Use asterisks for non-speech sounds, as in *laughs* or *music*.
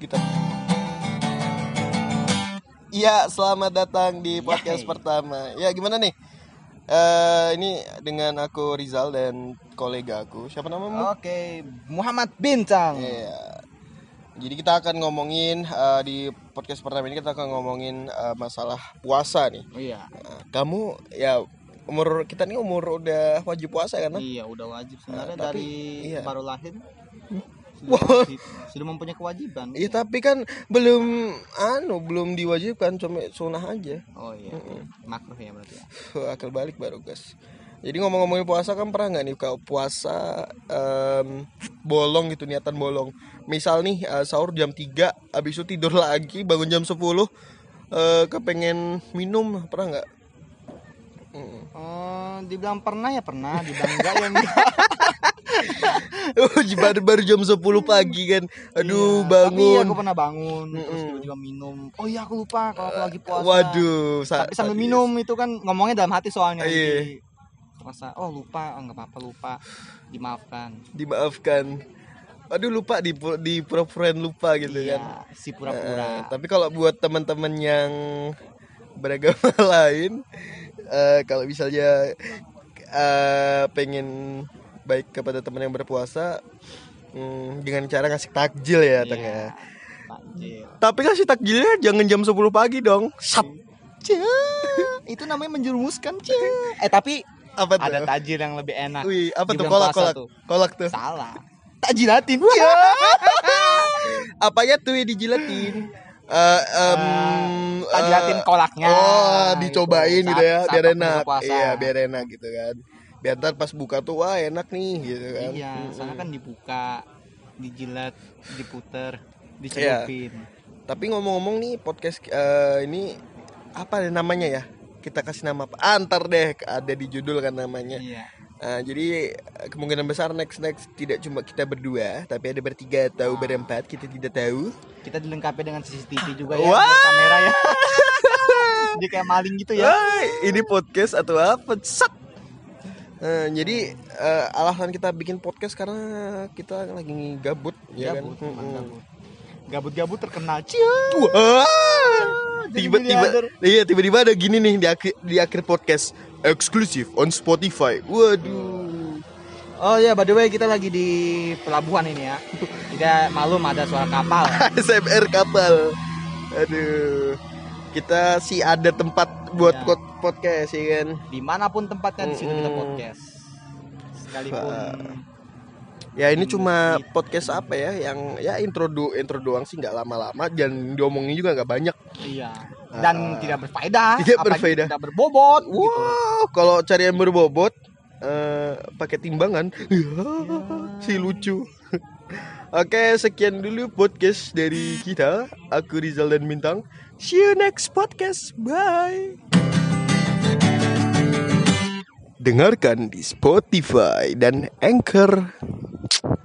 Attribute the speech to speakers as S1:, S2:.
S1: kita. Iya, selamat datang di podcast
S2: Yay.
S1: pertama. Ya, gimana nih? Eh ini dengan aku Rizal dan kolega aku. Siapa
S2: Oh.
S1: namamu?
S2: Oke, Muhammad Bintang.
S1: Iya. Jadi kita akan ngomongin eh, di podcast pertama ini kita akan ngomongin eh, masalah puasa nih.
S2: Iya.
S1: Nah, kamu ya umur kita nih umur udah wajib puasa kan? Nah?
S2: Iya, udah wajib sebenarnya
S1: Eh, tapi-
S2: dari
S1: iya.
S2: baru lahir sudah,
S1: Wah.
S2: wajib- sudah mempunyai kewajiban.
S1: Iya tapi kan belum anu belum diwajibkan cuma sunah aja.
S2: Oh iya. Makruh ya berarti ya.
S1: Fuh, akal balik baru guys. Jadi ngomong-ngomongin puasa kan pernah nggak nih kalau puasa em, bolong gitu niatan bolong. Misal nih eh, sahur jam 3 habis itu tidur lagi bangun jam 10 eh, kepengen minum pernah nggak? *laughs* Mm.
S2: Eh, dibilang pernah ya pernah, dibilang enggak ya *laughs* enggak.
S1: Oh, baru, baru jam 10 pagi kan. Aduh,
S2: Iya, Tapi
S1: bangun.
S2: aku pernah bangun terus tiba-tiba minum. Oh iya aku lupa kalau aku lagi puasa.
S1: Waduh, sa-
S2: Tapi sambil
S1: sadis.
S2: minum itu kan ngomongnya dalam hati soalnya.
S1: Iya.
S2: Jadi Terasa oh lupa, oh enggak apa-apa lupa. Dimaafkan.
S1: dimaafkan. Aduh lupa di di pura-pura lupa gitu
S2: iya,
S1: kan.
S2: si
S1: Eh,
S2: pura-pura.
S1: tapi kalau buat teman-teman yang beragama *laughs* lain eh, kalau misalnya eh, pengen baik kepada teman yang berpuasa hmm, dengan cara ngasih takjil ya Tang, ya.
S2: Iya, Takjil.
S1: Tapi kasih takjilnya jangan jam 10 pagi dong. Sap.
S2: Hmm. Cie, itu namanya menjerumuskan cie. Eh tapi
S1: Apa tuh?
S2: ada tajir yang lebih enak.
S1: Wih, apa
S2: Di
S1: tuh
S2: bulan
S1: kolak
S2: puasa
S1: kolak?
S2: tuh.
S1: Kolak tuh.
S2: Salah. Tajilatin *laughs* cie.
S1: Apanya tuh yang dijilatin? Eh, em,
S2: Eh, tajilatin
S1: eh,
S2: kolaknya,
S1: Oh,
S2: gitu.
S1: dicobain gitu,
S2: Saat-
S1: ya,
S2: saat
S1: biar
S2: waktu bulan
S1: enak.
S2: puasa.
S1: Iya, biar enak gitu kan. Biar ntar pas buka tuh wah enak nih gitu kan.
S2: Iya,
S1: Mm-mm.
S2: soalnya kan dibuka, dijilat, diputer, dicelupin.
S1: Tapi ngomong-ngomong nih podcast eh, ini apa namanya ya? Kita kasih nama apa? Ah, ntar deh ada di judul kan namanya.
S2: Iya.
S1: Nah, jadi eh, kemungkinan besar next next tidak cuma kita berdua, tapi ada bertiga atau berempat kita tidak tahu.
S2: Kita dilengkapi dengan CCTV juga ya,
S1: Wah.
S2: buat kamera ya. *laughs* Jadi kayak maling gitu ya.
S1: Woi, ini podcast atau apa? Set. Eh, jadi eh, alasan kita bikin podcast karena kita lagi gabut, ya
S2: Gabut,
S1: kan?
S2: emang
S1: Mm-mm.
S2: gabut. Gabut-gabut terkenal cie.
S1: Wah,
S2: Jadi
S1: tiba-tiba,
S2: miliarder.
S1: iya tiba-tiba ada gini nih di akhir, di akhir podcast eksklusif on Spotify. Waduh. *laughs*
S2: Oh ya, by the way kita lagi di pelabuhan ini ya. Kita malum ada suara kapal.
S1: ASMR kapal. Aduh. Kita sih ada tempat buat
S2: Iya.
S1: kot- podcast, ya kan?
S2: Dimanapun tempatnya di situ kita
S1: Mm-mm.
S2: podcast. Sekalipun
S1: Ya ini cuma podcast apa ya yang ya intro do, intro doang sih nggak lama-lama dan diomongin juga nggak banyak.
S2: iya dan
S1: Ah.
S2: tidak berfaedah,
S1: Tidak
S2: apalagi
S1: berfaedah.
S2: tidak berbobot. gitu.
S1: Wow, kalau cari yang berbobot eh pakai timbangan, *laughs* si lucu. *laughs* Oke, sekian dulu podcast dari kita. Aku Rizal dan Bintang. See you next podcast. Bye. Dengarkan di Spotify dan Anchor.